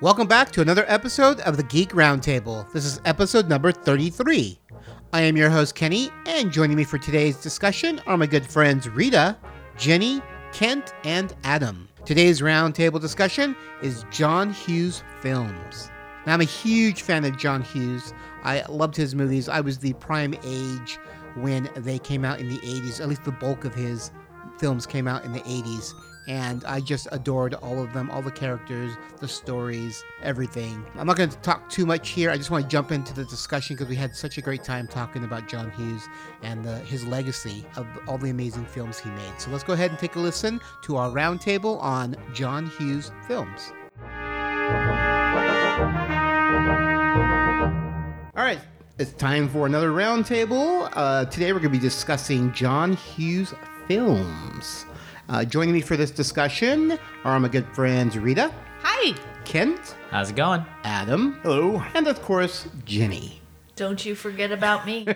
Welcome back to another episode of the Geek Roundtable. This is episode number 33. I am your host, Kenny, and joining me for today's discussion are my good friends Rita, Jenny, Kent, and Adam. Today's roundtable discussion is John Hughes films. Now, I'm a huge fan of John Hughes. I loved his movies. I was the prime age when they came out in the 80s, at least the bulk of his films came out in the 80s and I just adored all of them, all the characters, the stories, everything. I'm not going to talk too much here. I just want to jump into the discussion because we had such a great time talking about John Hughes and the, his legacy of all the amazing films he made. So let's go ahead and take a listen to our roundtable on John Hughes films. All right, it's time for another roundtable. Uh, today we're going to be discussing John Hughes films. Uh, joining me for this discussion are my good friends Rita, Hi. Kent, How's it going? Adam, Hello. and of course Jenny. Don't you forget about me.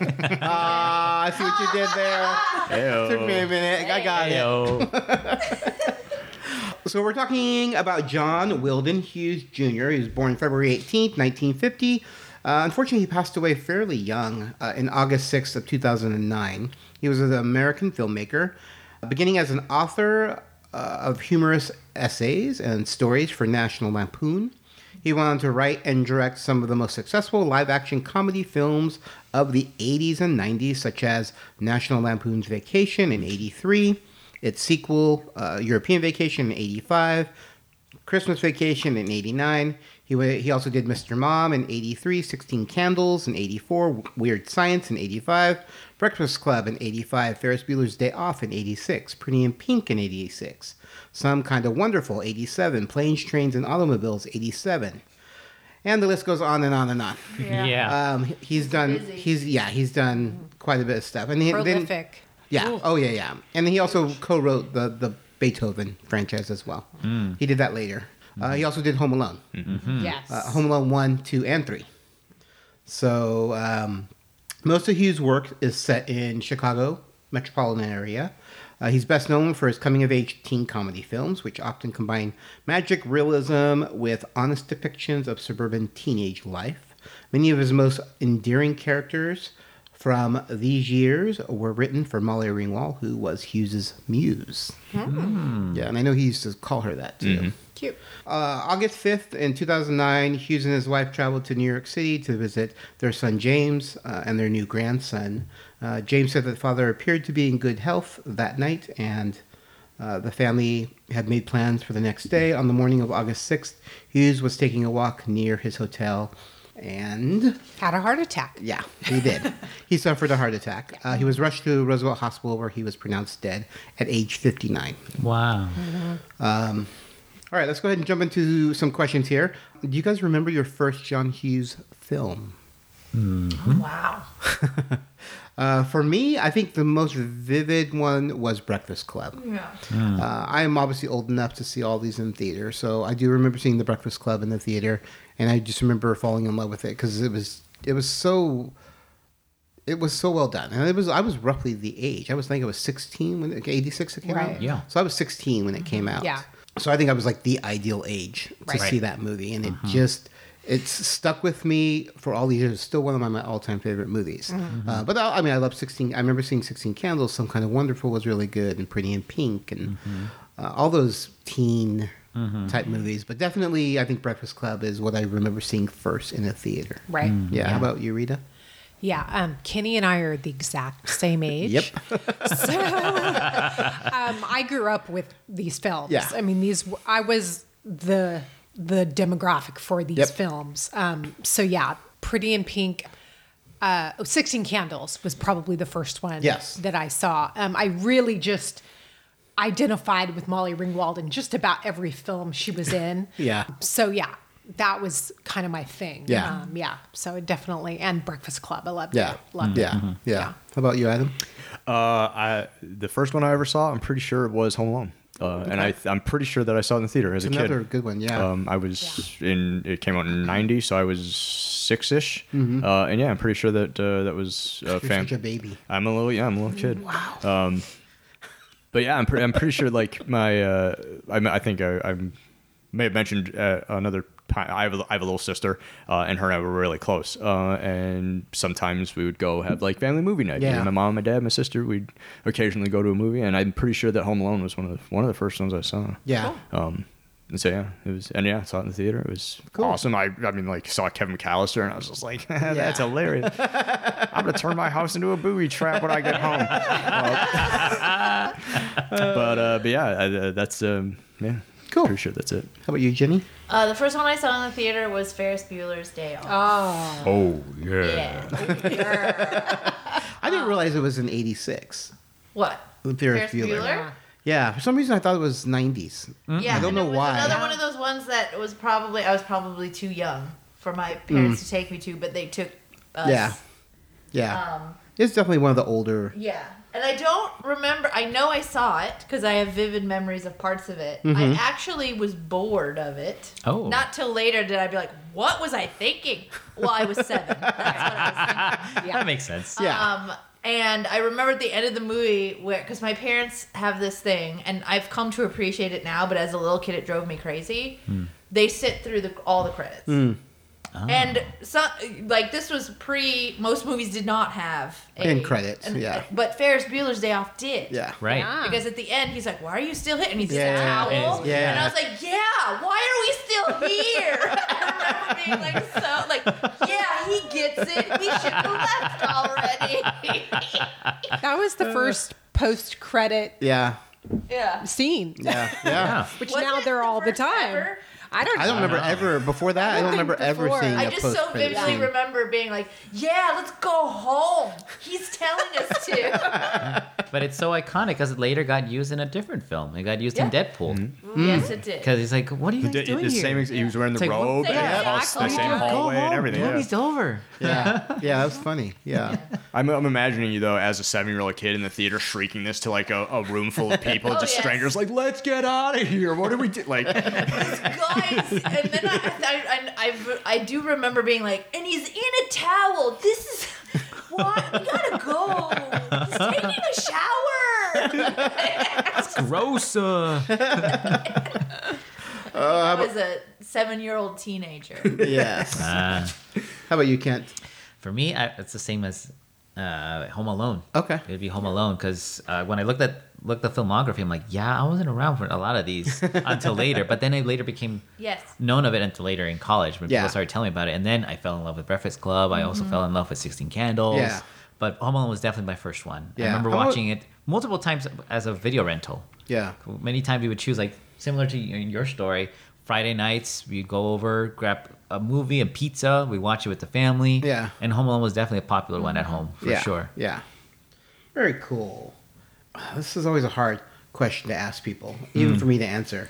Ah, I see what you did there. Took me a minute. I got it. Yo. So we're talking about John Wilden Hughes Jr. He was born February 18th, 1950. Uh, unfortunately, he passed away fairly young uh, in August 6th of 2009. He was an American filmmaker, uh, beginning as an author uh, of humorous essays and stories for National Lampoon. He went on to write and direct some of the most successful live action comedy films of the 80s and 90s, such as National Lampoon's Vacation in 83, its sequel, uh, European Vacation in 85, Christmas Vacation in 89. He, wa he also did Mr. Mom in 83, 16 Candles in 84, Weird Science in 85, Breakfast Club in 85, Ferris Bueller's Day Off in 86, Pretty in Pink in 86, Some Kind of Wonderful 87, Planes, Trains, and Automobiles 87. And the list goes on and on and on. Yeah. Uh, Um, he- he's done. busy. He's yeah. He's done quite a bit of stuff. And he, then- prolific. yeah. Oh yeah, yeah. And he also co-wrote the the Beethoven franchise as well. He did that later. Uh, he also did Home Alone, Yes. uh, Home Alone one, two, and three. So um, most of Hughes' work is set in Chicago metropolitan area. Uh, he's best known for his coming-of-age teen comedy films, which often combine magic realism with honest depictions of suburban teenage life. Many of his most endearing characters from these years were written for Molly Ringwald, who was Hughes's muse. Yeah, and I know he used to call her that too. Cute. Uh, August 5th in 2009, Hughes and his wife traveled to New York City to visit their son James uh, and their new grandson. Uh, James said that the father appeared to be in good health that night, and uh, the family had made plans for the next day. On the morning of August 6th, Hughes was taking a walk near his hotel and Had a heart attack. yeah, he did. he suffered a heart attack. Uh, he was rushed to Roosevelt Hospital where he was pronounced dead at age 59. Wow. All right, let's go ahead and jump into some questions here. Do you guys remember your first John Hughes film? Wow. Uh, for me, I think the most vivid one was Breakfast Club. Yeah. Uh, I am obviously old enough to see all these in theater, so I do remember seeing The Breakfast Club in the theater, and I just remember falling in love with it because it was it was so it was so well done, and it was I was roughly the age I was thinking I was sixteen when eighty six it came out, Right. Mm-hmm. Yeah. So I was sixteen when it came out, Yeah. So I think I was like the ideal age to Right. see that movie, and Mm-hmm. it just it's stuck with me for all these years. It's still one of my, my all time favorite movies. Uh, but I, I mean, I love sixteen. I remember seeing Sixteen Candles. Some kind of Wonderful was really good, and Pretty in Pink, and Mm-hmm. uh, all those teen type movies. But definitely, I think Breakfast Club is what I remember seeing first in a theater. Right. Hmm. Mm-hmm. Yeah. How about you, Rita? Yeah. Um, Kenny and I are the exact same age. Yep. So um, I grew up with these films. Yeah. I mean, these I was the the demographic for these Yep. films. Um, so yeah, Pretty in Pink. Uh, oh, 16 Candles was probably the first one Yes. that I saw. Um, I really just identified with Molly Ringwald in just about every film she was in. Yeah. So yeah, that was kind of my thing. Yeah. Um, yeah. So definitely, and Breakfast Club. I loved Yeah. it. Loved yeah. it. Mm-hmm. yeah. How about you, Adam? Uh, I the first one I ever saw, I'm pretty sure it was Home Alone, uh, and I I'm pretty sure that I saw it in the theater as a Another kid. good one, yeah. Um, I was in. It came out in '90, so I was six ish, uh, and yeah, I'm pretty sure that uh, that was uh, Mm-hmm. You're fam- such a baby. Mm-hmm. I'm a little yeah, I'm a little kid. Wow. Um, but yeah, I'm pretty I'm pretty sure like my uh, I'm, I think I, I'm may have mentioned uh, another time. I have a, I have a little sister, uh, and her and I were really close. Uh, and sometimes we would go have like family movie night. Yeah. Me and My mom, my dad, my sister. We'd occasionally go to a movie, and I'm pretty sure that Home Alone was one of the, one of the first ones I saw. Yeah. Cool. Um, and so yeah, it was, and yeah, I saw it in the theater. It was Cool. awesome. I, I mean, like saw Kevin McAllister, and I was just like, that's Yeah. hilarious. I'm gonna turn my house into a booby trap when I get home. Uh, but uh, but yeah, I, uh, that's um, yeah, Cool. Pretty sure that's it. How about you, Jenny? Uh, the first one I saw in the theater was Ferris Bueller's Day Off. Oh, Oh yeah. yeah. I didn't realize it was in '86. What? Ferris Bueller. Yeah, for some reason I thought it was '90s. Yeah. Mm-hmm. I don't and know it was why. Another one of those ones that was probably I was probably too young for my Mm. parents to take me to, but they took us. Yeah, yeah. Um, it's definitely one of the older. Yeah. And I don't remember. I know I saw it because I have vivid memories of parts of it. Mm-hmm. I actually was bored of it. Oh. Not till later did I be like, what was I thinking? Well, I was seven. That's what I was thinking. That makes sense. Yeah, Um, and I remember at the end of the movie where, because my parents have this thing, and I've come to appreciate it now, but as a little kid, it drove me crazy. Hmm. They sit through the, all the credits. Ah. And so, like this was pre. Most movies did not have a, End credits, yeah. But Ferris Bueller's Day Off did. yeah. Right. Yeah. Because at the end, he's like, "Why are you still here?" And he's Yeah. just a towel. Yeah. And I was like, "Yeah, why are we still here?" I remember being like, "So, like, yeah, he gets it. We should have left already." that was Uh, the first post-credit Yeah, yeah. scene, yeah, yeah. Yeah. which Was now it they're the all the first time. ever? I don't. I don't know. remember ever before that. I don't remember ever before. seeing. I I a just so post-credit vividly scene. remember being like, "Yeah, let's go home." He's telling us to. But it's so iconic because it later got used in a different film. It got used in Yeah. Deadpool Mm. yes, it did. because he's like, "What are you guys doing the here? same. Mm-hmm. He was wearing the It's like, what- robe. Yeah, and yeah, it's the exactly. same Yeah, go hallway and everything. The yeah. movie's over." Yeah, yeah, that was funny. Yeah, I'm, I'm imagining you though as a seven year old kid in the theater shrieking this to like a, a room full of people, Oh, just yes. strangers, like "Let's get out of here! What do we do?" Like, guys and then I, I, I, I've- I, do remember being like and he's in a towel this is why we gotta go he's taking a shower Gross. uh. i was a seven-year-old teenager yes. Uh, How about you, Kent? for me, I, it's the same as uh, Home Alone. Okay. It'd be Home Alone because uh, when I looked at looked the filmography, I'm like, yeah, I wasn't around for a lot of these until later. But then I later became yes known of it until later in college when Yeah. Mm-hmm. people started telling me about it. And then I fell in love with Breakfast Club. I also fell in love with Sixteen Candles. Yeah. But Home Alone was definitely my first one. Yeah. I remember How about- watching it multiple times as a video rental. Yeah, Many times we would choose like similar to y- your story. Friday nights we'd go over, grab a movie and pizza. We watch it with the family. Yeah. Mm-hmm. And Home Alone was definitely a popular one at home for yeah, sure. Yeah, very cool. This is always a hard question to ask people, even for me to answer.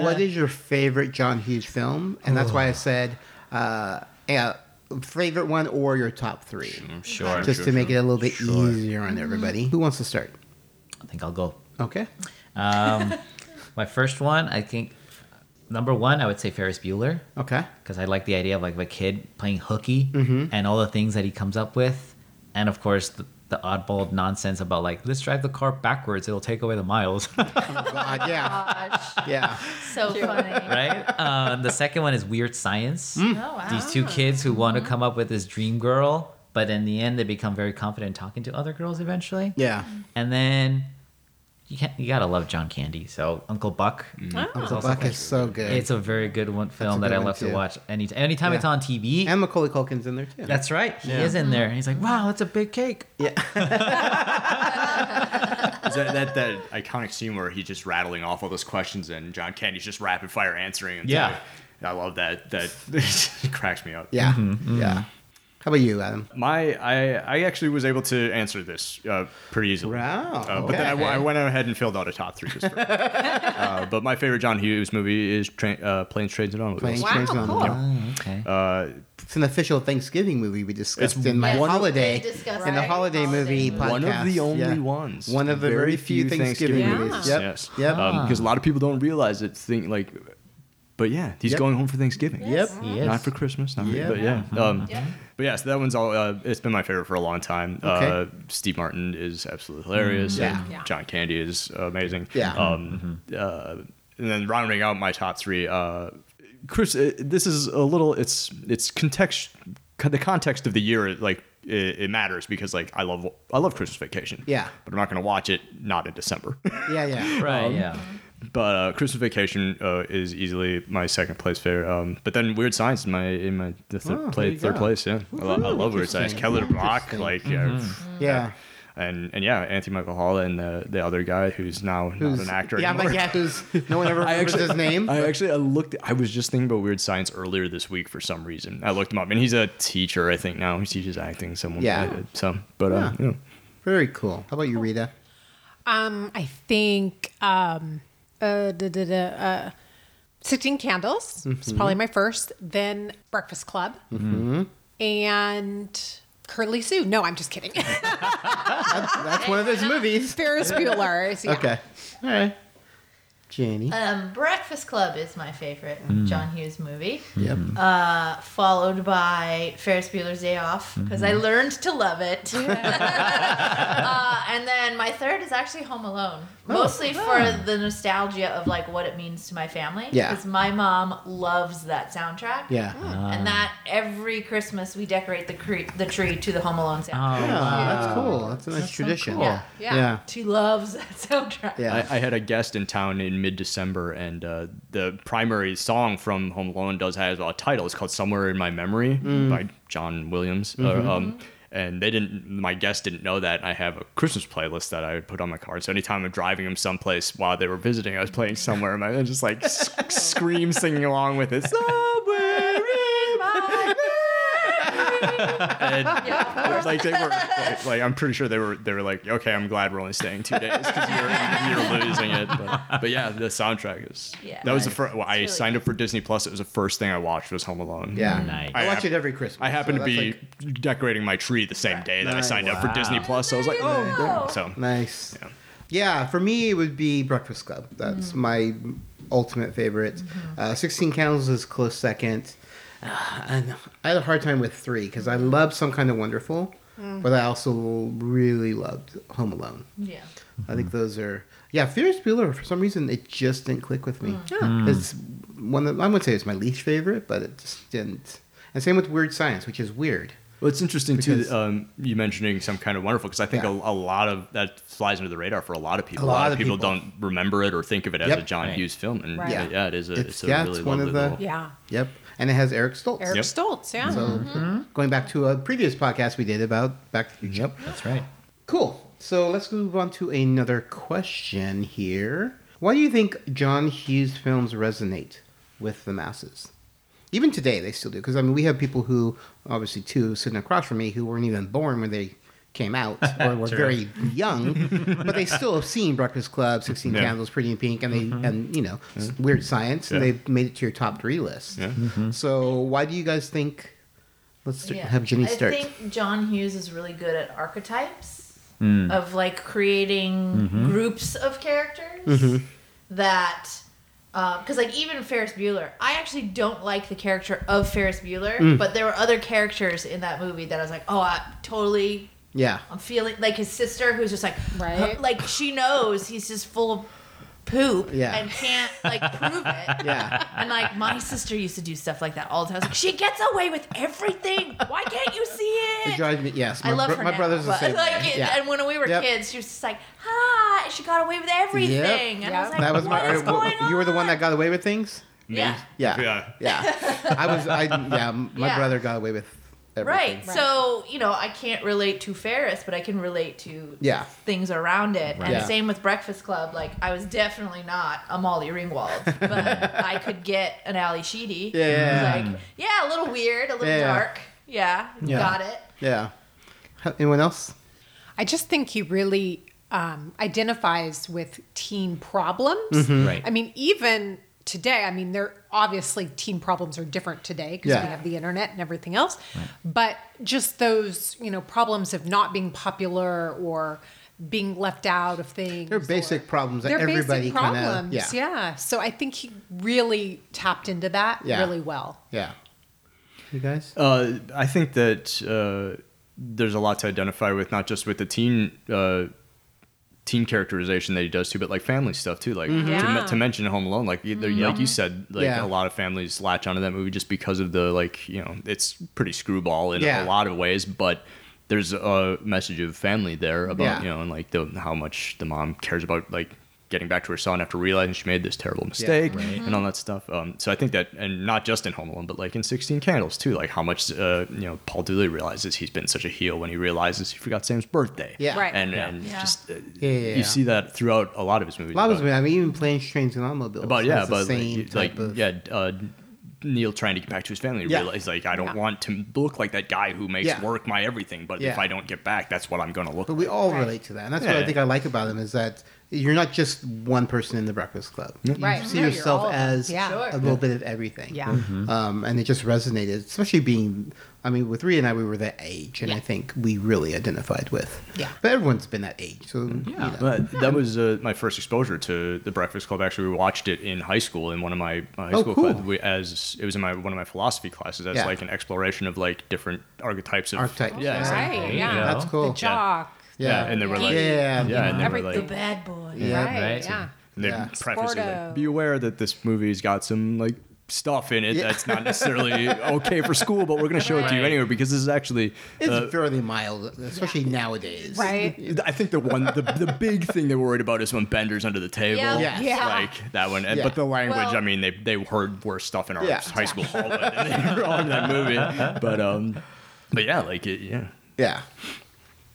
what is your favorite John Hughes film? And that's why I said, uh, yeah, favorite one or your top three, sure. just to make it a little bit easier on everybody. Who wants to start? I think I'll go. Okay. My first one, I think number one, I would say Ferris Bueller. Okay. because I like the idea of like a kid playing hooky Mm-hmm. and all the things that he comes up with, and of course the, the oddball nonsense about like let's drive the car backwards; it'll take away the miles, God, yeah. gosh Yeah. so funny right? Um, the second one is weird science. Mm. oh wow Mm-hmm. These two kids who want to come up with this dream girl, but in the end they become very confident in talking to other girls eventually. Yeah. And then you can not you gotta love John Candy, so Uncle Buck. Mm-hmm. Oh. Uncle Buck is so good. It's a very good one film a that good I one, love to too. watch any anytime Yeah. it's on TV. and Macaulay Culkin's in there too. That's right. He Yeah. is in there. And he's like, wow, that's a big cake. Is that, that that iconic scene where he's just rattling off all those questions and John Candy's just rapid fire answering. And Yeah. I love that. That it cracks me up. yeah. Yeah. How about you, Adam? My I I actually was able to answer this uh, pretty easily. Wow. Uh, but then I, I went ahead and filled out a top three just for. uh, but my favorite John Hughes movie is tra- uh, Planes, Trains, and Automobiles. Planes, Wow, Trains, and cool. Automobiles. Oh, okay. Uh, It's an official Thanksgiving movie we discussed It's in my one of- holiday We discussed in the it. holiday Holiday movie movie. podcast. one of the only yeah. ones. One of the very few Thanksgiving movies. Yep. Yes. Yep. Um, because a lot of people don't realize it. Think like, but yeah, he's Yep. going home for Thanksgiving. Yep. He is. Not for Christmas. Not for, Yeah. But yeah. Um, Yeah. But yeah, so that one's all. Uh, it's been my favorite for a long time. Uh, Okay. Steve Martin is absolutely hilarious. Yeah. and Yeah. John Candy is amazing. Yeah. Um, uh, and then rounding out my top three, uh, Chris, uh, this is a little. It's it's context. The context of the year, like it, it matters because like I love I love Christmas Vacation. Yeah. but I'm not gonna watch it not in December. Yeah, yeah. Right. yeah. but uh, Christmas Vacation uh, is easily my second place favorite. Um, but then Weird Science is my in my the third, Oh, there play, you third go. place. Yeah, I, lo- I love Weird Science. Interesting. Kelly LeBrock, Interesting. Mm-hmm. like yeah, Yeah. and and yeah, Anthony Michael Hall and the the other guy who's now not an actor. Yeah, I'm anymore. like, yeah, who's, no one ever I remembers actually, his name. I actually, I looked. I was just thinking about Weird Science earlier this week for some reason. I looked him up, and he's a teacher, I think. Now he teaches acting. Someone Yeah. related. So, but uh, Yeah. you know. Very cool. How about you, Rita? Um, I think um, uh, da, da, da, uh, 16 Candles Mm-hmm. is probably my first, then Breakfast Club, and Curly Sue. No, I'm just kidding. That's one of those movies. Ferris Bueller. is- yeah. Okay. All right. Janie. Um, Breakfast Club is my favorite John Hughes movie, Yep. uh, followed by Ferris Bueller's Day Off because I learned to love it. uh, and then my third is actually Home Alone, mostly for the nostalgia of like what it means to my family. Yeah. because my mom loves that soundtrack. Yeah. and that every Christmas we decorate the cre- the tree to the Home Alone soundtrack. Yeah, Oh, that's cool. That's a nice That's so tradition. cool. Yeah. Yeah. Yeah. Yeah. She loves that soundtrack. Yeah. I, I had a guest in town in mid-December, and uh, the primary song from Home Alone does have a title. It's called "Somewhere in My Memory" by John Williams. Uh, um, and they didn't. My guest didn't know that. I have a Christmas playlist that I would put on my car. So anytime I'm driving them someplace while they were visiting, I was playing "Somewhere," and I would just like s- scream, singing along with it. Somewhere in my and like they were like, like, I'm pretty sure they were they were like okay I'm glad we're only staying two days because you're, you're losing it but, but yeah the soundtrack is Yeah. that was the first well, I really signed up for Disney Plus it was the first thing I watched was Home Alone Yeah. Nice. I watch hap- it every Christmas. I happened so to be that's like- decorating my tree the same day that I Nice. signed up for Wow. Disney Plus so I was like oh Wow. so nice. Yeah. for me it would be Breakfast Club. That's my ultimate favorite. Uh, Sixteen Candles is close second. Uh, and I had a hard time with three because I love Some Kind of Wonderful, but I also really loved Home Alone. Yeah. I think those are yeah. Ferris Bueller for some reason it just didn't click with me. It's one of I wouldn't say it's my least favorite, but it just didn't. And same with Weird Science, which is weird. Well, it's interesting Because- too. Um, you mentioning some kind of wonderful because I think Yeah. a, a lot of that flies under the radar for a lot of people. A lot of people, people. don't remember it or think of it as Yep. a John Right. Hughes film, and Right. yeah. Yeah. it is a It's- it's, a yeah, it's really one of lovely the- little. Yeah. Yep, and it has Eric Stoltz. Eric Yep. Stoltz. Yeah. So Mm-hmm. going back to a previous podcast we did about back. Yep. That's right. Cool. So let's move on to another question here. Why do you think John Hughes films resonate with the masses? Even today, they still do. Because, I mean, we have people who, obviously, two sitting across from me, who weren't even born when they came out or were very young, but they still have seen Breakfast Club, 16 Yeah. Mm-hmm. Candles, Pretty in Pink, and, they, and you know, s- Weird Science, and Yeah. they've made it to your top three list. Yeah. So, why do you guys think? Let's start, have Jenny start. I think John Hughes is really good at archetypes Mm. of like creating Mm-hmm. groups of characters that. Because like even Ferris Bueller, I actually don't like the character of Ferris Bueller, Mm. but there were other characters in that movie that I was like, oh, I totally, yeah. I'm feeling like his sister who's just like, Right. like she knows he's just full of poop Yeah. and can't like prove it. Yeah. And like my sister used to do stuff like that all the time. I was like, she gets away with everything. Why can't you see It it? drives me. Yes, my, I love bro- her. my now, brother's the but, same. Like, way. it- yeah. And when we were Yep. kids, she was just like, "Ha!" She got away with everything, and I was Yep. like, that was my. "What is well, going you were the one on?" that got away with things. Yeah. Yeah. Yeah. Yeah. I was. I yeah. My Yeah. brother got away with. Everything. Right. So, you know, I can't relate to Ferris, but I can relate to Yeah. things around it. Right. And Yeah. same with Breakfast Club. Like, I was definitely not a Molly Ringwald, but I could get an Ali Sheedy. Yeah. It was Like, yeah, a little weird, a little Yeah. dark. Yeah, Yeah. Got it. Yeah. Huh, Anyone else? I just think he really um, identifies with teen problems. Mm-hmm. Right. I mean, even today, I mean, there obviously teen problems are different today because Yeah. we have the internet and everything else. But just those, you know, problems of not being popular or being left out of things. They're basic or- problems that They're everybody basic kind of. problems. yeah. yeah. So I think he really tapped into that Yeah. really well. Yeah. You guys. Uh, I think that uh, there's a lot to identify with, not just with the teen uh, teen characterization that he does too, but like family stuff too. Like to, Yeah. me- to mention Home Alone, like you- there- like you said, like Yeah. a lot of families latch onto that movie just because of the like you know it's pretty screwball in Yeah. a lot of ways, but. There's a message of family there about Yeah. you know and like the how much the mom cares about like getting back to her son after realizing she made this terrible mistake and all that stuff. Um, so I think that, and not just in Home Alone, but like in Sixteen Candles too, like how much uh, you know Paul Dooley realizes he's been such a heel when he realizes he forgot Sam's birthday. Yeah. Right. and Yeah. and Yeah. just uh, Yeah, yeah, yeah. you see that throughout a lot of his movies. A lot of about- them, I mean, even planes, trains, and automobiles. about has yeah, the about same like, like type of- yeah, uh, Neil trying to get back to his family. Yeah. Yeah. Realize like I Yeah. don't want to look like that guy who makes Yeah. work my everything, but if Yeah. I don't get back, that's what I'm gonna look. But like. we all Right. relate to that, and that's what I Yeah. think I like about them is that you're not just one person in the Breakfast Club. You Right. see No, you're yourself all of them. as Yeah. Sure. a little bit of everything. Yeah. Mm-hmm. Um, and it just resonated, especially being. I mean, with Rhea and I, we were that age, and Yeah. I think we really identified with. Yeah. But everyone's been that age, so Yeah. You know. But that was uh, my first exposure to the Breakfast Club. Actually, we watched it in high school in one of my my high Oh, school cool. cla- we, as it was in my one of my philosophy classes as Yeah. like an exploration of like different archetypes of Archetypes. Yeah, it's like- right. there you yeah. go. That's cool. The jock. yeah, and they were like Yeah. yeah, and they were Everything. like The bad boy. Yeah, right. right. Yeah. And they Yeah. preface it Sporto. like, be aware that this movie's got some like stuff in it Yeah. that's not necessarily okay for school, but we're gonna show it to you Right. anyway because this is actually. It's uh, fairly mild, especially nowadays. Right. I think the one, the, the big thing they're worried about is when Bender's under the table. Yeah. Yes. Yeah. Like that one. And Yeah. But the language, Well- I mean, they, they heard worse stuff in our Yeah. high school hallway than they were on that movie. But, um, but yeah, like, it, yeah. Yeah.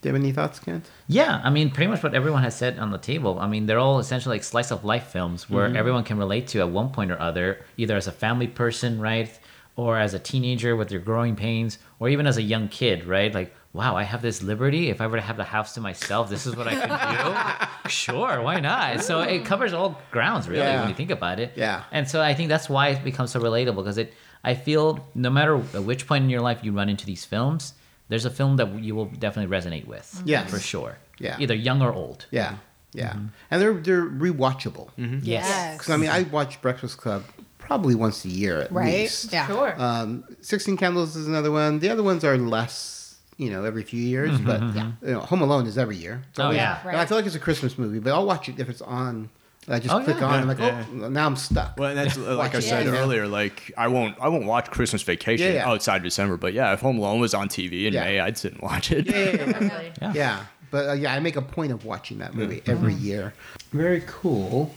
Do you have any thoughts, Kent? Yeah, I mean, pretty much what everyone has said on the table. I mean, they're all essentially like slice of life films where Mm-hmm. everyone can relate to at one point or other, either as a family person, right, or as a teenager with their growing pains, or even as a young kid, right? Like, wow, I have this liberty. If I were to have the house to myself, this is what I could do. sure, why not? So it covers all grounds, really, Yeah. when you think about it. Yeah. And so I think that's why it becomes so relatable because it. I feel no matter at which point in your life you run into these films, there's a film that you will definitely resonate with. Yes. For sure. Yeah. Either young or old. Yeah. Yeah. Mm-hmm. And they're they're rewatchable. Yes. Because I mean, I watch Breakfast Club probably once a year at right. least. Yeah. Sure. Um, Sixteen Candles is another one. The other ones are less, you know, every few years. But you know, Home Alone is every year. It's Mm-hmm, Oh, always- yeah. And I feel like it's a Christmas movie, but I'll watch it if it's on. I just Oh, click yeah. on. I'm like, Yeah. oh, now I'm stuck. Well, and that's uh, like I Watch it said later. earlier. Like I won't, I won't watch Christmas Vacation Yeah, yeah. outside December. But yeah, if Home Alone was on TV in Yeah. May, I'd sit and watch it. Yeah, yeah, yeah. Really. Yeah. Yeah, but uh, yeah, I make a point of watching that movie Mm-hmm. every year. Very cool.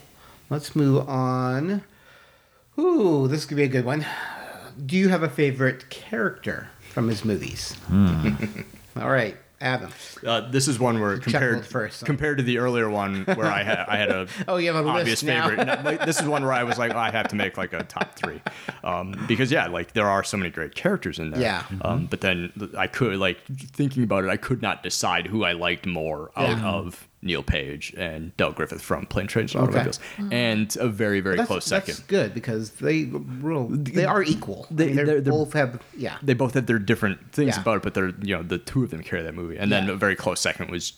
Let's move on. Ooh, this could be a good one. Do you have a favorite character from his movies? Hmm. All right, Adam. Uh, this is one where compared chuckled first. compared to the earlier one where I had I had a Oh, you have a obvious list now. favorite. No, like, this is one where I was like, oh, I have to make like a top three, um, because yeah, like there are so many great characters in there. Yeah. Mm-hmm. Um, but then th- I could like thinking about it, I could not decide who I liked more out Yeah. of Neil Page and Doug Griffith from Plane Trains and Automobiles, and a very very That's, close that's second. good because they rule- they are equal. They- They are they're- they're- both have yeah. They both have their different things Yeah. about it, but they're you know the two of them carry that movie. And then Yeah. a very close second was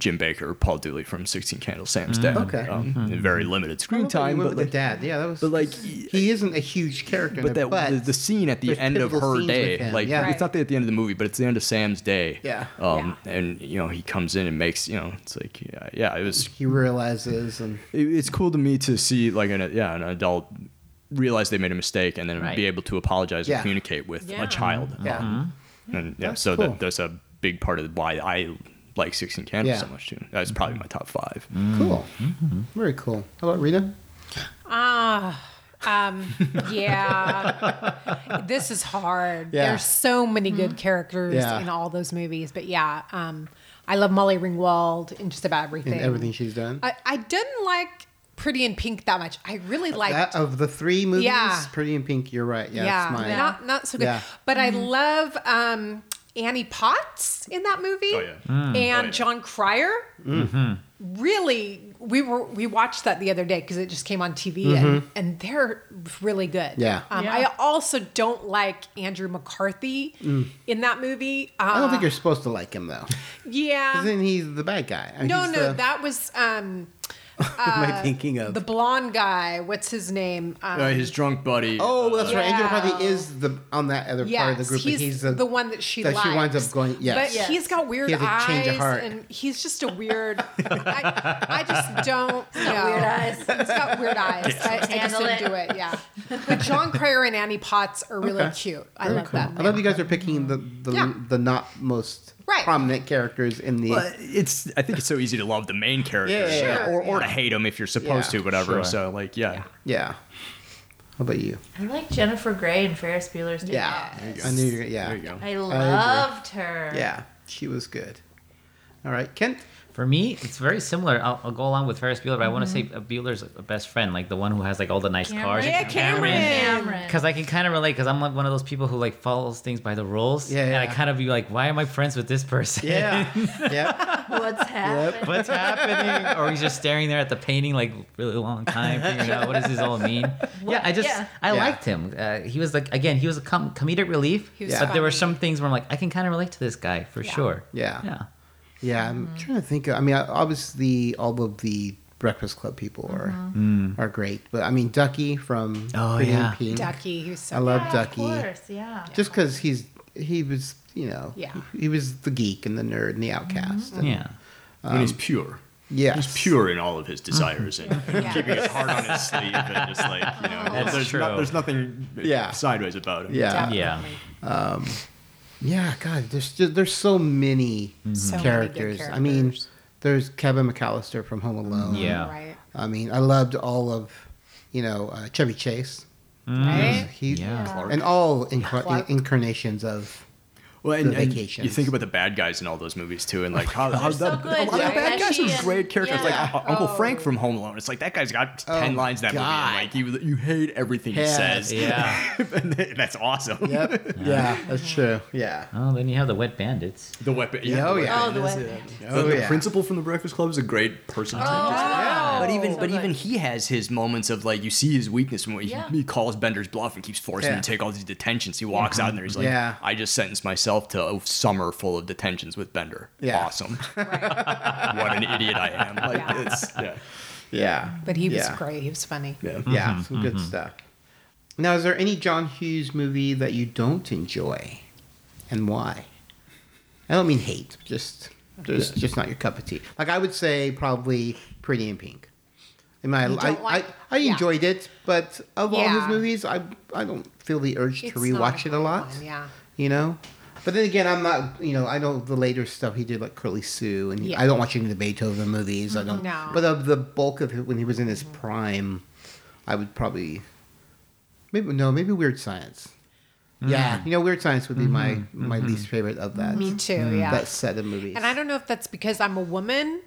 Jim Baker, Paul Dooley from Sixteen Candles, Sam's dad. Okay. um, in very limited screen time, Went but with the like, dad, yeah, that was. but, like, he isn't a huge character, in but it, that the, the scene at the there's end of pivotal her scenes with day, him, like yeah. it's not the, at the end of the movie, but it's the end of Sam's day. Yeah. Um, and you know he comes in and makes you know it's like yeah, yeah it was he realizes and it, it's cool to me to see like an yeah an adult realize they made a mistake and then Right. be able to apologize Yeah. and communicate with Yeah. a child. yeah. And yeah, That's so cool. that, that's a big part of why I like Sixteen Candles Yeah. so much too. That's probably my top five. Cool. Mm-hmm. Very cool. How about Rita? Ah, um, yeah. this is hard. Yeah. Mm-hmm. There's so many good characters Yeah. in all those movies, but yeah, um, I love Molly Ringwald in just about everything. In everything she's done? I, I didn't like Pretty in Pink that much. I really liked. that of the three movies, Yeah. Pretty in Pink, you're right. Yeah, yeah, it's mine. not not so good. Yeah. But I Mm-hmm. love um, Annie Potts in that movie, Oh, yeah. Mm. and Oh, yeah. John Cryer. Mm-hmm. Really, we were we watched that the other day because it just came on TV, and, and they're really good. Mm-hmm. Yeah. Um, Yeah. I also don't like Andrew McCarthy in that movie. Uh, Mm. I don't think you're supposed to like him though. Yeah. Because then he's the bad guy. I mean, no, he's no, the- that was um, am I thinking of? The blonde guy, what's his name? Um, Uh, his drunk buddy. Uh, oh, that's right. Angelo Yeah. probably is the on that other yes, part of the group. but he's, the, the one that she that she winds likes. up going- yes. but Yes. he's got weird He has eyes, a change of heart. and he's just a weird. I, I just don't. know. weird eyes. It's got weird eyes. I, I just Handle didn't it. do it. Yeah, but John Cryer and Annie Potts are really Okay. cute. I Very love cool. them. I love you guys are picking the the, Yeah. the not most Right. prominent characters in the. But it's I think it's so easy to love the main character Yeah, yeah, yeah. or, or to hate him if you're supposed Yeah, to whatever sure. so like yeah, Yeah. How about you? I like Jennifer Grey and Ferris Bueller's Day Yeah. Off. I knew you. were- Yeah. there you go I loved her. Yeah. She was good. All right, Kent. For me, it's very similar. I'll, I'll go along with Ferris Bueller, but I want to say uh, Bueller's a best friend, like the one who has like all the nice Cameron. cars. Mm-hmm. Yeah, Cameron. Cameron. Because I can kind of relate, because I'm like one of those people who like follows things by the rules. Yeah, And I yeah. kind of be like, why am I friends with this person? yeah. What's happening? What's happening? Or he's just staring there at the painting like really long time, figuring out what does this all mean. Yeah, I just yeah. I Yeah. liked him. Uh, he was like again, he was a com- comedic relief, He was but there were funny. some things where I'm like, I can kind of relate to this guy for sure. Yeah. yeah. Yeah, I'm Mm-hmm. trying to think. Of, I mean, I- obviously, all of the Breakfast Club people are Mm-hmm. are great, but I mean, Ducky from Mm. Oh, Pretty in yeah. Pink. Ducky, who's so I love yeah, Ducky, Of course, yeah. just because he's he was you know Yeah. Mm-hmm. he, he was the geek and the nerd and the outcast. and- Yeah. when he's pure yes. he's pure in all of his desires and, and Yeah. keeping his heart on his sleeve and just like you know That's there's, true. not- there's nothing Yeah. sideways about him Yeah. Definitely. Yeah. Yeah, God, there's just, there's so many Mm-hmm. So many good characters. I mean, characters. Mm-hmm. there's Kevin McAllister from Home Alone. Yeah. Right. I mean, I loved all of you know uh, Chevy Chase. Mm. Right. He, Mm. Yeah. and all incar- Clark. incarnations of well and, The and you vacations. Oh, think about the bad guys in all those movies too and like how, how's so that good, a lot yeah. of bad guys Pesci are and- great characters yeah. like Un- Uncle Oh. Frank from Home Alone it's like that guy's got 10 Oh, lines in that God. movie and like you, you hate everything he Yeah. says Yeah. And that's awesome Yep. yeah, that's true. Yeah. Oh, then you have the wet bandits. The weapon. Yeah, oh, the yeah. Oh, weapon. the That's weapon. Oh, the, the yeah. principal from the Breakfast Club is a great person. to Oh, wow. But even So but good. even he has his moments of like you see his weakness when he, Yeah. he calls Bender's bluff and keeps forcing Yeah. him to take all these detentions. He walks out and there he's like, Yeah. I just sentenced myself to a summer full of detentions with Bender. Yeah. Awesome. Right. what an idiot I am. Like Yeah. it's yeah. Yeah. But he was Yeah. great. He was funny. Yeah. Yeah, some good stuff. Now, is there any John Hughes movie that you don't enjoy, and why? I don't mean hate. Just, just, just not your cup of tea. Like I would say, probably Pretty in Pink. I mean, I, You don't I, like- I, I yeah. enjoyed it, but of all his Yeah. movies, I, I don't feel the urge It's to not rewatch it a great lot. one, yeah. You know. But then again, I'm not. You know, I know the later stuff he did, like Curly Sue, and Yeah. I don't watch any of the Beethoven movies. I don't. No. Mm-hmm. But of the bulk of it, when he was in his prime, I would probably maybe no, maybe Weird Science. Yeah, you know, Weird Science would be my Mm-hmm. my least favorite of that Me too. Yeah. that set of movies. And I don't know if that's because I'm a woman.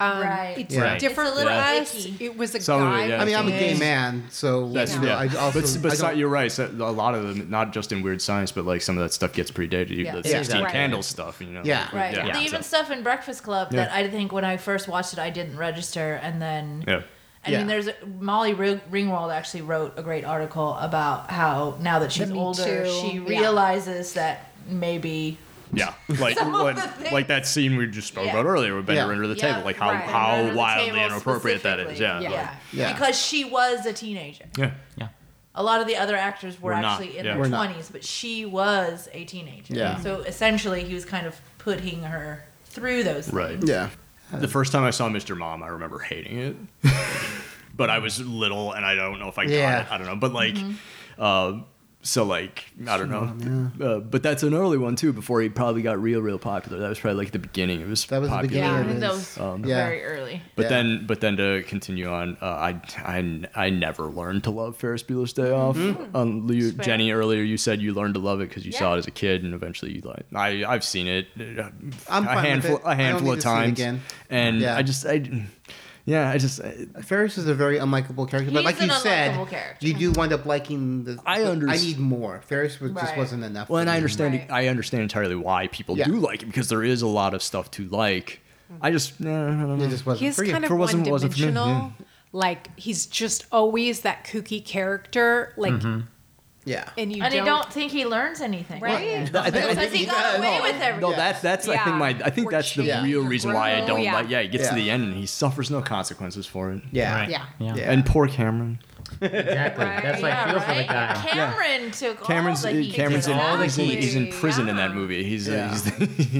Um, Right. It's Yeah. different It's a little for us. icky. It was a Some of it, guy. yeah. I mean, I'm a thing. gay man, so That's you yeah. know, I also but I but so- don't- you're right. So a lot of them, not just in Weird Science, but like some of that stuff gets predated. Yeah. The Yeah. 16 Right. Candles stuff, you know. Yeah. Right. Yeah. The So- even stuff in Breakfast Club Yeah. that I think when I first watched it, I didn't register, and then yeah. I Yeah. mean, there's a, Molly Ring- Ringwald actually wrote a great article about how now that she's Me older, Too, she yeah. realizes that maybe Yeah, like Some of what- the things- like that scene we just spoke Yeah. about earlier with Bender Yeah. under the Yeah, table, like how right. Under how the wildly Table inappropriate that is. Yeah, specifically. like- yeah, Yeah. because she was a teenager. yeah. Yeah. A lot of the other actors were, Were not, actually in yeah. their Were not. twenties, but she was a teenager. Yeah. So essentially, he was kind of putting her through those. things. Right. Yeah. The first time I saw Mr. Mom, I remember hating it, but I was little and I don't know if I got Yeah. it. I don't know, but like, uh, so like I don't know. Uh, but that's an early one too. Before he probably got real, real popular. That was probably like the beginning of his That was the popularity. beginning Yeah, Yeah, I it think that is. was Um, Yeah. very early. But Yeah. then, but then to continue on, uh, I, I I never learned to love Ferris Bueller's Day Off. Mm-hmm. Um, you- Fair. Jenny, earlier you said you learned to love it because you saw Yeah. it as a kid, and eventually you like. I I've seen it uh, I'm fine a with handful it. I a don't handful need of to see it times, again. and Yeah. I just I, yeah, I just I, Ferris is a very unlikable character, but He's like an you said, unlikable character. you do wind up liking the. I under- I need more. Ferris was, just Right. wasn't enough. Well, for and I me. understand. Right. I understand entirely why people Yeah. do like it because there is a lot of stuff to like. Mm-hmm. I just nah, I don't know. It just wasn't He's for you. kind of For wasn't- wasn't for me, Mm-hmm. one-dimensional. Like he's just always that kooky character. Like Yeah. and you and don't, I don't think he learns anything. Right? No, I think- I Because think he he got does. away No, with everything. No, that's that's I think Yeah. my I think Or that's the cheating real or reason why I criminal, don't yeah. like. Yeah, he gets to Yeah. the end and he suffers no consequences for it. Yeah. Right. Yeah. Yeah. Yeah. And poor Cameron. Exactly. That's why I Yeah, feel for the right? guy. Cameron took Cameron's uh, all the heat. Cameron's in, all the he's, in, heat. he's in prison in that Yeah. movie. He's Yeah. uh, he's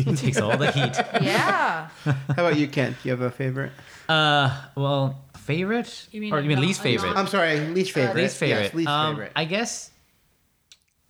the, Takes all the heat. Yeah. How about you, Kent? You have a favorite? Uh, well, favorite You mean or a you mean non- least a favorite? non- I'm sorry, Um, least favorite. least favorite. Yes, least Um, favorite. I guess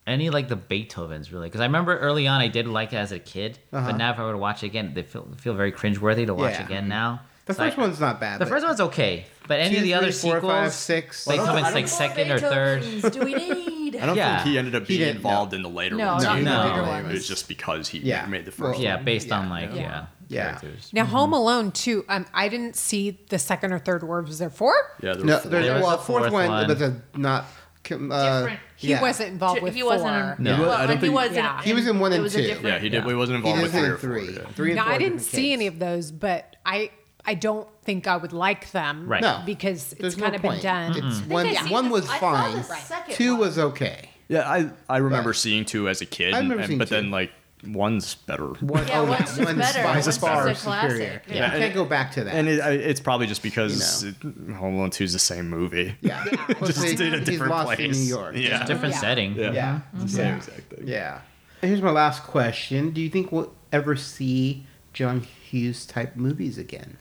any like the Beethovens really, because I remember early on I did like it as a kid, Uh-huh. but now if I were to watch it again, they feel, feel very cringeworthy to watch Yeah. again now. the So I- first one's not bad. the but first one's okay, but any two, of the other three, four, sequels, five, six. they Well, come in How many like more second or third. Beethovens Do we need? I don't Yeah. think he ended up He being didn't, no. involved in the later No, ones. not in the No. later It was ones. just because he Yeah. made the Well, first. Yeah, based on Yeah. like yeah, Yeah. Yeah. characters. Mm-hmm. Now, Home Alone too. Um, I didn't see the second or third word. Was there four? Yeah, there no, were four. there's There was well, a fourth, fourth one, one. but the not. com- Uh, Different. He yeah. wasn't involved with he four. wasn't. in- No. well, I don't like, he think- wasn't. Yeah. He was in one it and was two. A different, yeah, he did. Yeah. He wasn't He involved was with three in or four. three. yeah. Three and No, four I didn't different see kids. any of those, but I I don't think I would like them, Right. No. Because There's it's no kind of been point. done. It's I one. think I seen One the- was I saw fine. the second Two one. was okay. Yeah, I I remember Right. seeing two as a kid, I and, remember and- seeing but two. then like one's better. One, Yeah, one's just better. far- One's just far a classic. Yeah. You can't go back to that. And it, I- it's probably just because it- Home Alone Two is the same movie. yeah, Just Mostly, in a he's different lost in place. New York. Yeah. Different Yeah. setting. Yeah. Yeah. Same exact thing. Yeah. And here's my last question. Do you think we'll ever see John Hughes type movies again?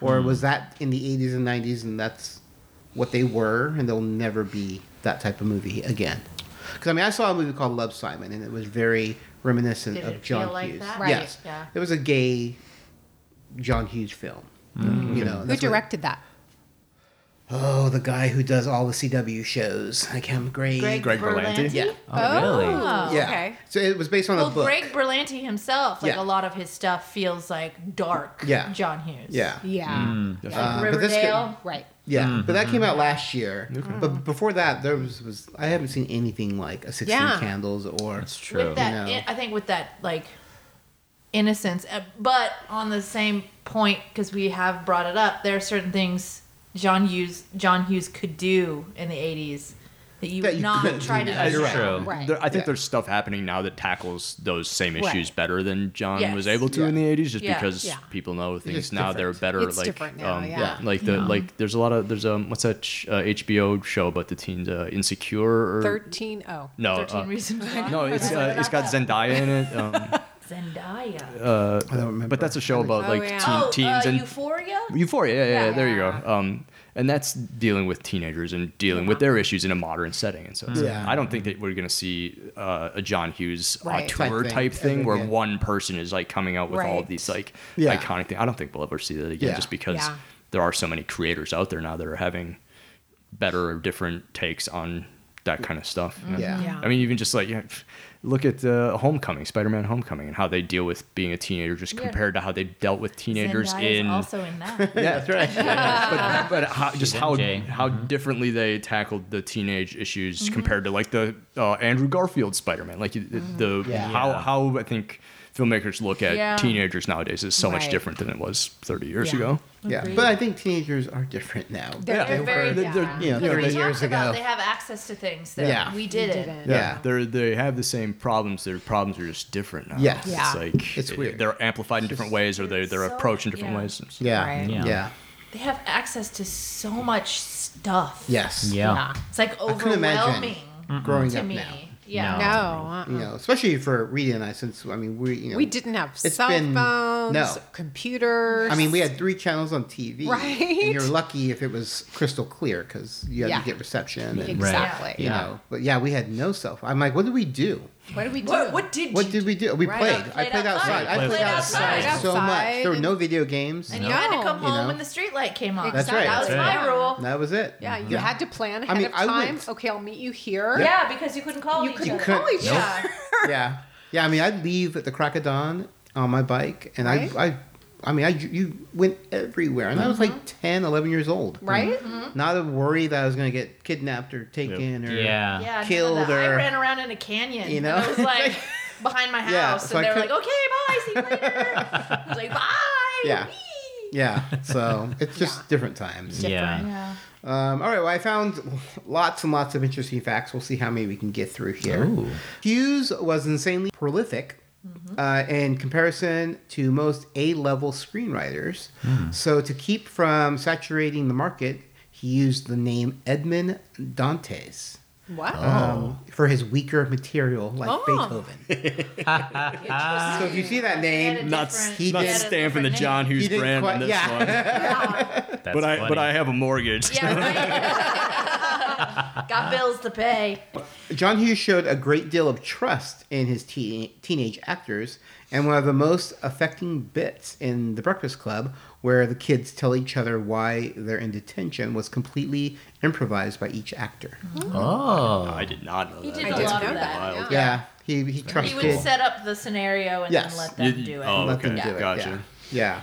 Or was that in the 80s and 90s and that's what they were and they'll never be that type of movie again? Because I mean, I saw a movie called Love Simon and it was very reminiscent Did of it feel John like Hughes. that? Right. Yes. Yeah. It was a gay John Hughes film. You know, Who that's what- directed that? Oh, the guy who does all the CW shows. I can't. Greg. Greg, Greg Berlanti? Berlanti. Yeah. Oh, yeah. Okay. So it was based on Well, a book. Greg Berlanti himself, like Yeah. a lot of his stuff, feels like dark. Yeah. John Hughes. Yeah. Yeah. Uh, but this Riverdale. Right. Yeah, but that came out last year. But before that, there was, was I haven't seen anything like a Sixteen Yeah. Candles or That's true. With that, You know. I think with that like innocence, Uh, but on the same point, because we have brought it up, there are certain things John Hughes John Hughes could do in the '80s that you That would you not couldn't try do to. now. That's do. You're right. true. Right. There, I think Yeah. there's stuff happening now that tackles those same Right. issues better than John Yes. was able to in the Yeah. 80s, just Yeah. because Yeah. people know things just now. They're different. better. It's like, different now, um, yeah. Like the like, there's a lot of there's um what's that sh- uh, HBO show about the teens uh, Insecure or Thirteen oh. no Thirteen uh, Reasons Why. no it's uh, it's got Zendaya in it. Um, Zendaya. I don't remember. but that's a show about Oh, like yeah. teen, oh, teens uh, and Euphoria. Euphoria, yeah, yeah, Yeah. yeah, there you go. Um, and that's dealing with teenagers and dealing with their issues in a modern setting. And so it's- Yeah. I don't think that we're going to see uh, a John Hughes Right. auteur Type type thing. thing, Yeah, where yeah. one person is like coming out with all Right. of these like Yeah. iconic things. I don't think we'll ever see that again Yeah. just because Yeah. there are so many creators out there now that are having better or different takes on that kind of stuff. you know? Yeah. Yeah. I mean, even just like, yeah, pff, look at uh, Homecoming, Spider Man Homecoming, and how they deal with being a teenager just Yeah. compared to how they dealt with teenagers Zendaya's in also in that. yeah, that's right. but but how, just how MJ. how differently they tackled the teenage issues Mm-hmm. compared to like the uh, Andrew Garfield Spider Man, like the, the Yeah. how Yeah. how I think filmmakers look at Mm-hmm. Yeah. teenagers nowadays is so much Right. different than it was 30 years Yeah. ago. yeah. Agreed. But I think teenagers are different now. They're Yeah. They They're were- very They're- they're- different. you know, Yeah. 30 We talked years about ago. they have access to things that Yeah. we didn't. didn't. Yeah. They're they have the same problems. Their problems are just different now. Yes. Yeah. It's like It's it- weird. They're amplified in different ways or they they're so- approached in different yeah. ways. It's- yeah. Right. yeah, Yeah. They have access to so much stuff. yes, Yeah. It's like couldn't imagine overwhelming growing to up me. now. Yeah. Oh, No. No. uh-uh. You know, especially for Rita and I, since I mean we, you know, We didn't have It's cell been- phones, no. computers. I mean, we had three channels on TV, Right? And you're lucky if it was crystal clear because you had Yeah. to get reception. And, exactly. You know, but yeah, we had no cell phone. I'm like, what did we do? What did we do? What, what did What you did we do? We Right. played. I Played played outside. outside. I Played played outside, outside. so much. There were Outside. no video games. And No. you had to come You home know? when the street light came on. That's right. That was That's my right. rule. That was it. Yeah, you had to plan ahead mean, of I time. wouldn't- Okay, I'll meet you here. Yeah, because you couldn't call You each couldn't other. call each Yeah. other. yeah, yeah. I mean, I'd leave at the crack of dawn on my bike, and Right. I, I, I mean, I you went everywhere, and I was like 10, 11 years old, Mm-hmm. Mm-hmm. Right? Mm-hmm. Not a worry that I was going to get kidnapped or taken or Yeah. Yeah, none of Killed that. her. I ran around in a canyon. You You know? know, and it was like behind my house, Yeah, so I and they were couldn't- like, "Okay, bye, see you later." I was like, "Bye." Yeah. wee." Yeah, so it's just different times. Yeah. Yeah. Um, all right, well, I found lots and lots of interesting facts. We'll see how many we can get through here. Ooh. Hughes was insanely prolific uh, in comparison to most A level screenwriters. So, to keep from saturating the market, he used the name Edmond Dantes Wow. um, for his weaker material, like Oh. Beethoven. so, if you see that name, Not, Not- Different- he not did- stamping the different John he Hughes didn't brand quite- on this yeah. one. That's But I funny. but I have a mortgage. Yeah, right. Got bills to pay. John Hughes showed a great deal of trust in his teen- teenage actors, and one of the most affecting bits in The Breakfast Club, where the kids tell each other why they're in detention, was completely improvised by each actor. Oh. I did not know that. did I a didn't lot of know that, that. Wild. yeah. Yeah, he, he He trusted. would set up the scenario and Yes. then let You- them do it. oh. let them Okay, do it. gotcha. Yeah. yeah.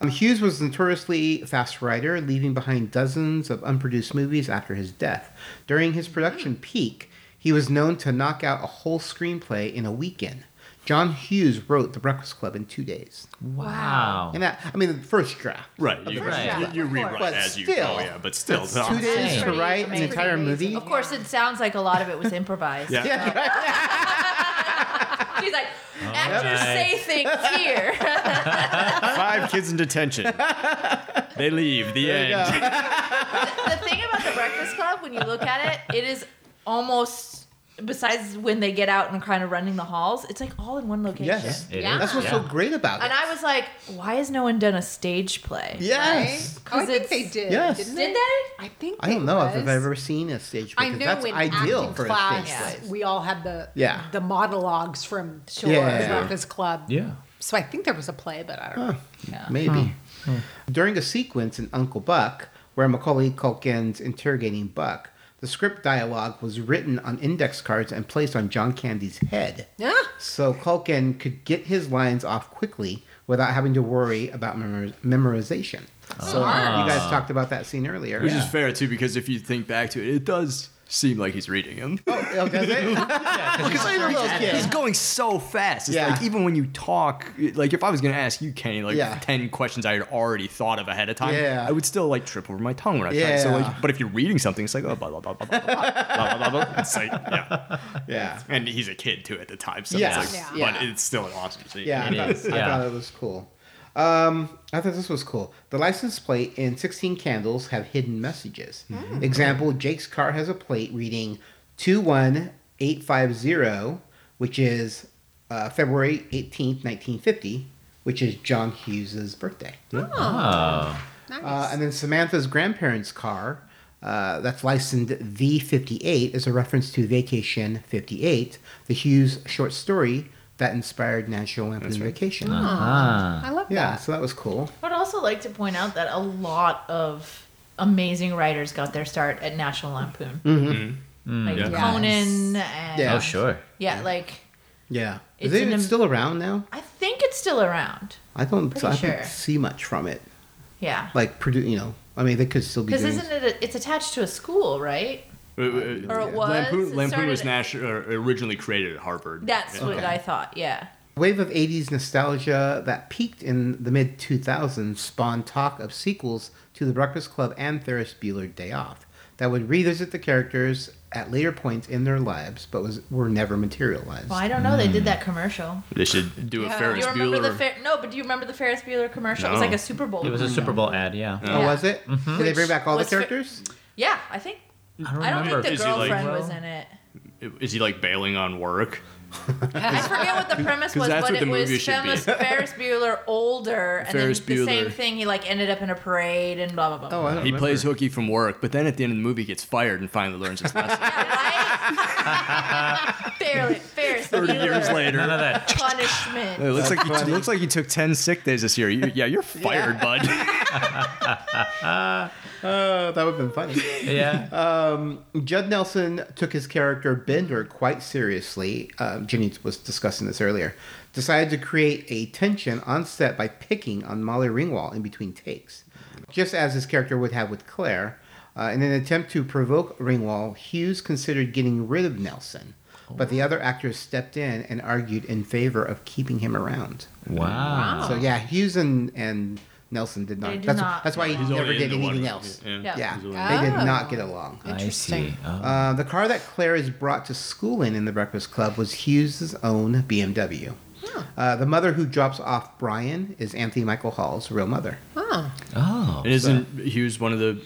Um, Hughes was notoriously fast writer, leaving behind dozens of unproduced movies after his death. During his production peak, he was known to knock out a whole screenplay in a weekend. John Hughes wrote The Breakfast Club in two days. Wow. And that, I mean, the first draft. Right. The You, first Right. draft. you, you rewrite But as you still, go. Yeah, but still. that's no. two days Hey. to write an Pretty entire amazing. movie. Of course, it sounds like a lot of it was improvised. Yeah. Yeah, right. She's like, actors right. say things here. Five kids in detention. They leave. The end. the thing about the Breakfast Club, when you look at it, it is almost besides when they get out and kind of running the halls, it's like all in one location. Yes. It Yeah. is, That's what's yeah. so great about And it. I was like, why has no one done a stage play? Yes. Oh, I 'Cause think it's- they did. Yes. Didn't Did they? they? I think I don't it know if was. I've ever seen a stage play. I 'cause know that's in ideal acting for a class, stage play. we all had the Yeah. the monologues from Sure Yeah. Breakfast Club. Yeah. So I think there was a play, but I don't know. Maybe. Hmm. During a sequence in Uncle Buck, where Macaulay Culkin's interrogating Buck, the script dialogue was written on index cards and placed on John Candy's head. Ah. So Culkin could get his lines off quickly without having to worry about memor- memorization. So you guys talked about that scene earlier. Which is fair too, because if you think back to it, it does seem like he's reading him. Oh, does it? Because he's a little kid. he's going so fast. It's Yeah. like even when you talk, like if I was gonna ask you, Kenny, like Yeah. ten questions I had already thought of ahead of time, Yeah. I would still like trip over my tongue when I yeah. So Yeah. like, but if you're reading something, it's like oh, blah blah blah blah blah blah blah blah. blah. It's like yeah, yeah. and he's a kid too at the time, so Yeah. it's like, Yeah. but it's still an awesome scene. Yeah, I, It thought, is, I yeah. thought it was cool. Um, I thought this was cool. The license plate and 16 candles have hidden messages. Example Jake's car has a plate reading 21850, which is uh, February 18th, 1950, which is John Hughes's birthday. Oh. Uh, and then Samantha's grandparents' car, uh, that's licensed V58, is a reference to Vacation 58, the Hughes short story that inspired National Lampoon's Vacation. Ah. I love Yeah, that. so that was cool. I would also like to point out that a lot of amazing writers got their start at National Lampoon. Like Mm-hmm. yeah. Conan and Yeah. Oh, sure. Yeah, like Yeah. It's Is it an even am- still around now? I think it's still around. I don't Pretty I don't sure. see much from it. Yeah. Like produ you know, I mean they could still be Because doing isn't it? A, it's attached to a school, right? Uh, uh, Or it was? Lampoon, It Lampoon was started- national, or originally created at Harvard. That's Yeah. what I thought. Yeah. wave of 80s nostalgia that peaked in the mid 2000s spawned talk of sequels to The Breakfast Club and Ferris Bueller Day Off that would revisit the characters at later points in their lives but was were never materialized. Well, I don't know. They did that commercial. They should do a Yeah. Ferris Do you remember the Bueller. Fer- no? But do you remember the Ferris Bueller commercial? It was No. like a Super Bowl. It was a Super Bowl ad, yeah. Oh, was it? Did they bring Which back all the was Fer- characters? yeah, I think. I don't I don't remember. think the Is he like- girlfriend was in it. Is he like bailing on work? I forget what the premise 'Cause was, that's but what it the was movie should be. famous Ferris Bueller older, and Ferris then the same Bueller. thing. He like ended up in a parade and blah blah blah. Oh, I don't He remember. plays hooky from work, but then at the end of the movie gets fired and finally learns his lesson. Right? Fairly, Ferris Thirty years Bueller later, None of that. It punishment. looks like you it looks like you took ten sick days this year. You, yeah, you're fired, bud. Uh, that would have been funny. Yeah. Judd Nelson took his character Bender quite seriously. Uh, Jenny was discussing this earlier. Decided to create a tension on set by picking on Molly Ringwald in between takes, just as his character would have with Claire. Uh, in an attempt to provoke Ringwald, Hughes considered getting rid of Nelson, but the other actors stepped in and argued in favor of keeping him around. Ah. Wow. So yeah, Hughes and and Nelson did not. They do that's not. that's why he He's only never in did the one- anything else. yeah. Yeah, Yeah. He's only- they did Oh. not get along. I see. Interesting. Oh. Uh, the car that Claire is brought to school in in the Breakfast Club was Hughes' own BMW. Uh, the mother who drops off Brian is Anthony Michael Hall's real mother. Oh. oh. And isn't Hughes one of the?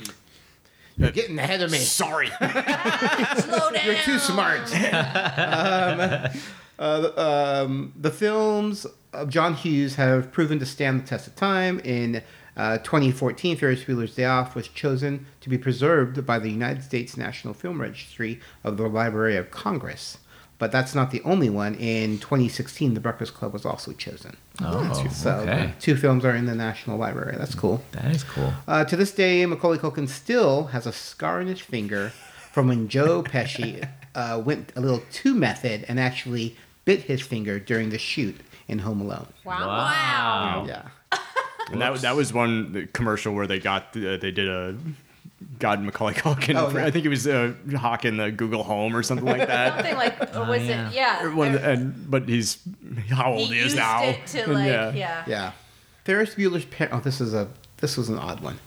You're getting ahead of me. Sorry. Slow down. You're too smart. um, uh, um, the films of John Hughes have proven to stand the test of time. In uh, 2014, Ferris Bueller's Day Off was chosen to be preserved by the United States National Film Registry of the Library of Congress. But that's not the only one. In 2016, The Breakfast Club was also chosen. Oh, So okay. two films are in the National Library. That's cool. That is cool. Uh, to this day, Macaulay Culkin still has a scar on his finger from when Joe Pesci uh, went a little too method and actually bit his finger during the shoot in Home Alone. Wow. Wow. Yeah. And that that was one commercial where they got uh, they did a. God, Macaulay Culkin. Oh, yeah. I think it was uh, hawking the Google Home or something like that. Something like, or Oh, was yeah. it? Yeah. Or one of the- there- and but he's how old he he, is used now. it to And like, yeah. Yeah. Ferris Bueller's parents. Oh, this is a this was an odd one.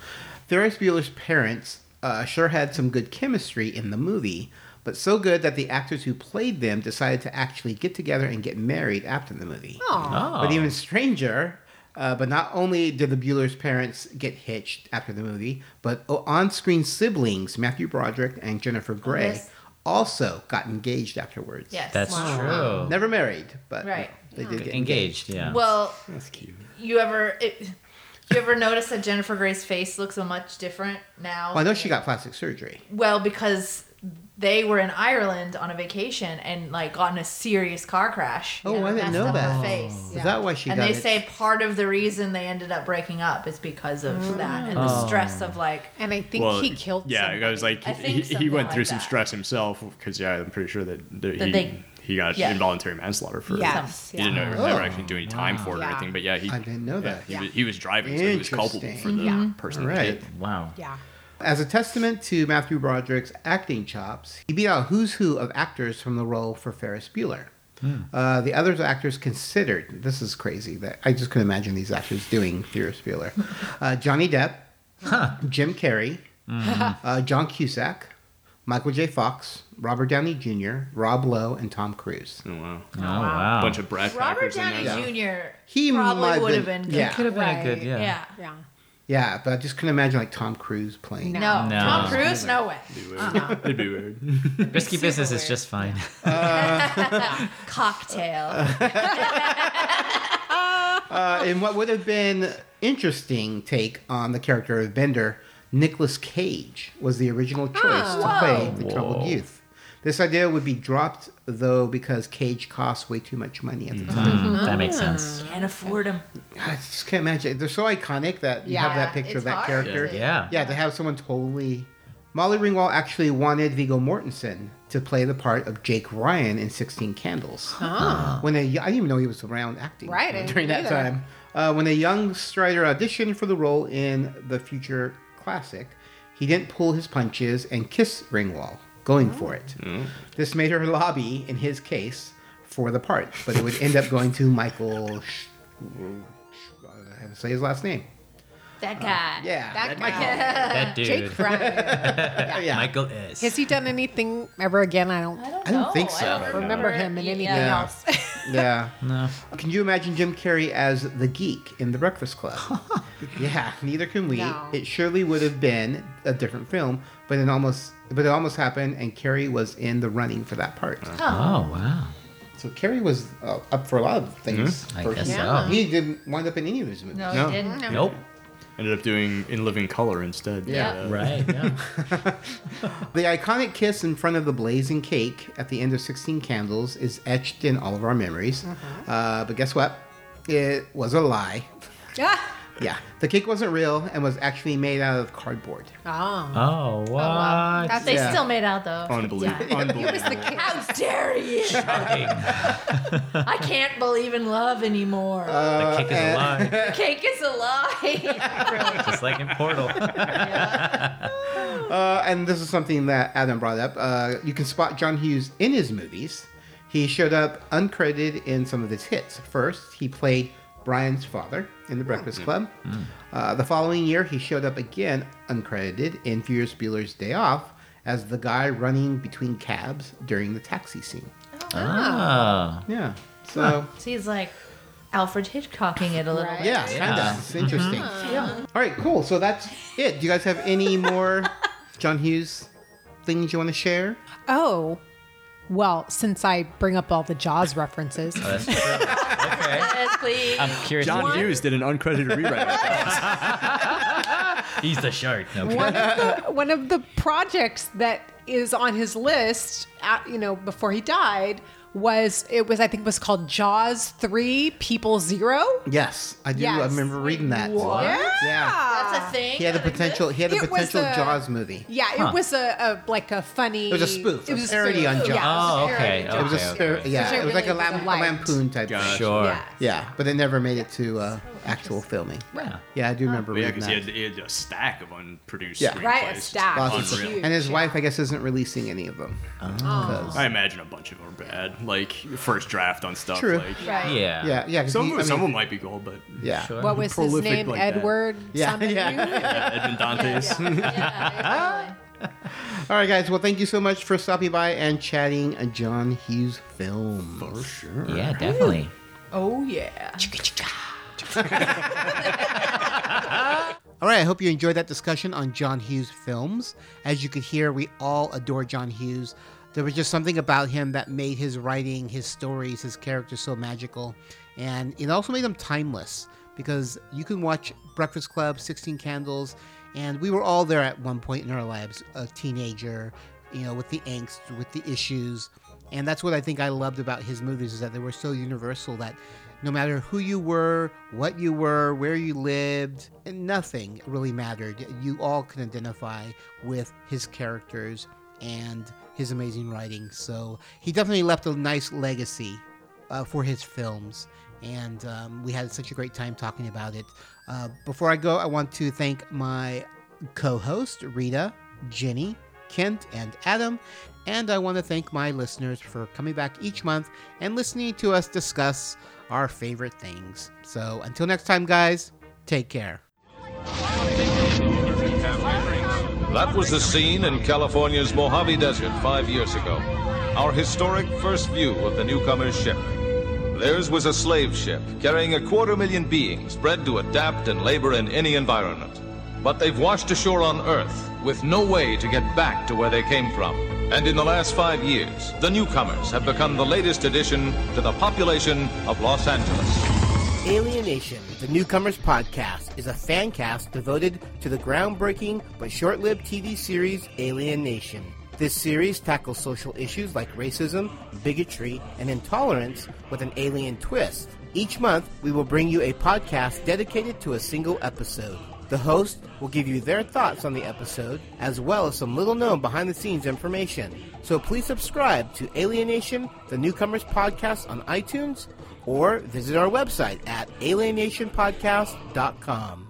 Ferris Bueller's parents uh, sure had some good chemistry in the movie, but so good that the actors who played them decided to actually get together and get married after the movie. Aw. Oh. But even stranger, uh, but not only did the Bueller's parents get hitched after the movie, but o- on-screen siblings Matthew Broderick and Jennifer Grey Oh, yes. also got engaged afterwards. Yes. Oh. That's true. Never married, but Right. Oh. they did get engaged. Engaged, yeah. Well, That's cute. you ever it, you ever notice that Jennifer Gray's face looks much different now? Well, I know she got plastic surgery. Well, because they were in Ireland on a vacation and like got in a serious car crash. Oh, and I it didn't messed know up that. Her face. Is that why she and got they it? say part of the reason they ended up breaking up is because of that and Oh. the stress of like And I think he killed Yeah, I was somebody. like, I think he, he something went like through some that. stress himself because yeah, I'm pretty sure that, that That he they- he got yeah. involuntary manslaughter for Yes, He didn't yeah. know, never Oh, actually do any time for it or Yeah. anything, but yeah, he I didn't know that. He, Yeah. was, he was driving, so he was culpable for Interesting. the Yeah. person. All that right. hit. wow. Yeah. As a testament to Matthew Broderick's acting chops, he beat out a who's who of actors from the role for Ferris Bueller. Uh, the other actors considered this is crazy that I just couldn't imagine these actors doing Ferris Bueller. Uh, Johnny Depp, Jim Carrey, uh, John Cusack, Michael J. Fox, Robert Downey Jr., Rob Lowe, and Tom Cruise. Oh, wow. Oh, wow. A bunch of Brad Packers Robert in Downey there. Yeah. Jr. He might probably would have have been- been good. yeah. Could have been a Right. good, yeah. yeah. Yeah. Yeah, but I just couldn't imagine like Tom Cruise playing. No. No. No. Tom Cruise, no way. It'd be weird. Uh-huh. It'd be weird. Risky Super business is weird. just fine. Cocktail. Uh, in what would have been interesting take on the character of Bender, Nicolas Cage was the original Ah, choice to whoa. play the troubled Whoa. youth. This idea would be dropped though because Cage costs way too much money at the time. Mm, that makes sense. Can't afford him. I just can't imagine. They're so iconic that you have Yeah, that picture of it's that hard. character. Yeah. Yeah, to have someone totally. Molly Ringwald actually wanted Viggo Mortensen to play the part of Jake Ryan in 16 Candles. When a, I didn't even know he was around acting Right, I didn't during that either. time. Uh, when a young Strider auditioned for the role in the future classic, he didn't pull his punches and kiss Ringwald, going for it. Mm. This made her lobby, in his case, for the part, but it would end up going to Michael. Sh- I have to say his last name. That guy. Yeah, That Michael. guy. That dude. Jake Brown. yeah. Michael S. Has he done anything ever again? I don't I don't, I don't know. think so. I don't remember him in anything Yeah. else. Yeah. no. Can you imagine Jim Carrey as the geek in The Breakfast Club? yeah, neither can we. No. It surely would have been a different film, but it almost but it almost happened, and Carrey was in the running for that part. Oh, wow. So Carrey was uh, up for a lot of things. Mm-hmm. I for- guess Yeah. so. He didn't wind up in any of his movies. No, No. he didn't. Nope. Ended up doing In Living Color instead. Yeah. Uh, Right. Yeah. The iconic kiss in front of the blazing cake at the end of 16 Candles is etched in all of our memories. Uh, but guess what? It was a lie. Yeah. Yeah, the cake wasn't real and was actually made out of cardboard. Oh. Oh, what? wow. That's- They Yeah. still made out though. Unbelievable. It was the Unbelievable. kid. How dare you? I can't believe in love anymore. the kick is Uh, alive, the cake is a lie. just like in Portal. Uh, and this is something that Adam brought up. Uh, you can spot John Hughes in his movies. He showed up uncredited in some of his hits. First, he played Brian's father in The Breakfast Club. Uh, the following year, he showed up again, uncredited, in Ferris Bueller's Day Off as the guy running between cabs during the taxi scene. Ah. Yeah. So, So he's like Alfred Hitchcocking it a little Right. bit. yeah, kind Yeah. of. It's interesting. Mm-hmm. Yeah. All right, cool. So that's it. Do you guys have any more John Hughes things you want to share? Oh, well, since I bring up all the Jaws references, Oh, that's true. okay. Yes, please. Um, I'm curious. John what- Hughes did an uncredited rewrite. of that. He's the shark. No, okay. one of the uh, one of the projects that is on his list, at, you know, before he died was it was I think it was called Jaws Three People Zero. Yes, I do. I Yes. remember reading that. What? Yeah. Yeah. That's a thing. He had a that potential. He had a It was potential a- Jaws movie. Yeah, Huh. it was a, a like a funny. It was a spoof, a It was parody spoof. on Jaws. Yeah, Oh, okay. It was a okay, spir- okay. yeah. So It was like a, really lam- a liked- lampoon type. Gosh. Thing. Sure. Yeah. Yeah, but it never made it to uh, actual filming. Yeah. Yeah, I do remember yeah, reading because he, had- that. he had a stack of unproduced Yeah. screenplays. Right, a stack. Lots of- Unreal. Huge, and his yeah. wife, I guess, isn't releasing any of them. Oh. 'Cause- I imagine a bunch of them are bad. Like first draft on stuff. True. Like Right. Yeah. yeah, yeah. 'cause some he- of I mean, some of 'em might be gold, but Yeah. Sure. What was his Prolific name? like that. Edward. Yeah, something? yeah. yeah, Edmond Dantes. Yeah, All right, guys. Well, thank you so much for stopping by and chatting a John Hughes film. Yeah, definitely. totally. oh yeah. All right, I hope you enjoyed that discussion on John Hughes films. As you could hear, we all adore John Hughes. There was just something about him that made his writing, his stories, his characters so magical. And it also made them timeless because you can watch Breakfast Club, 16 Candles, and we were all there at one point in our lives a teenager, you know, with the angst, with the issues. And that's what I think I loved about his movies is that they were so universal that no matter who you were, what you were, where you lived, nothing really mattered. You all can identify with his characters and his amazing writing. So he definitely left a nice legacy uh, for his films. And um, we had such a great time talking about it. Uh, before I go, I want to thank my co host, Rita, Jenny, Kent, and Adam. And I want to thank my listeners for coming back each month and listening to us discuss our favorite things. So until next time, guys, take care. That was the scene in California's Mojave Desert five years ago. Our historic first view of the newcomer's ship. Theirs was a slave ship carrying a quarter million beings bred to adapt and labor in any environment. But they've washed ashore on Earth with no way to get back to where they came from. And in the last five years, the newcomers have become the latest addition to the population of Los Angeles. Alienation, the Newcomers Podcast, is a fan cast devoted to the groundbreaking but short lived TV series Alienation. This series tackles social issues like racism, bigotry, and intolerance with an alien twist. Each month, we will bring you a podcast dedicated to a single episode. The host will give you their thoughts on the episode, as well as some little known behind the scenes information. So please subscribe to Alienation, the Newcomers Podcast on iTunes, or visit our website at alienationpodcast.com.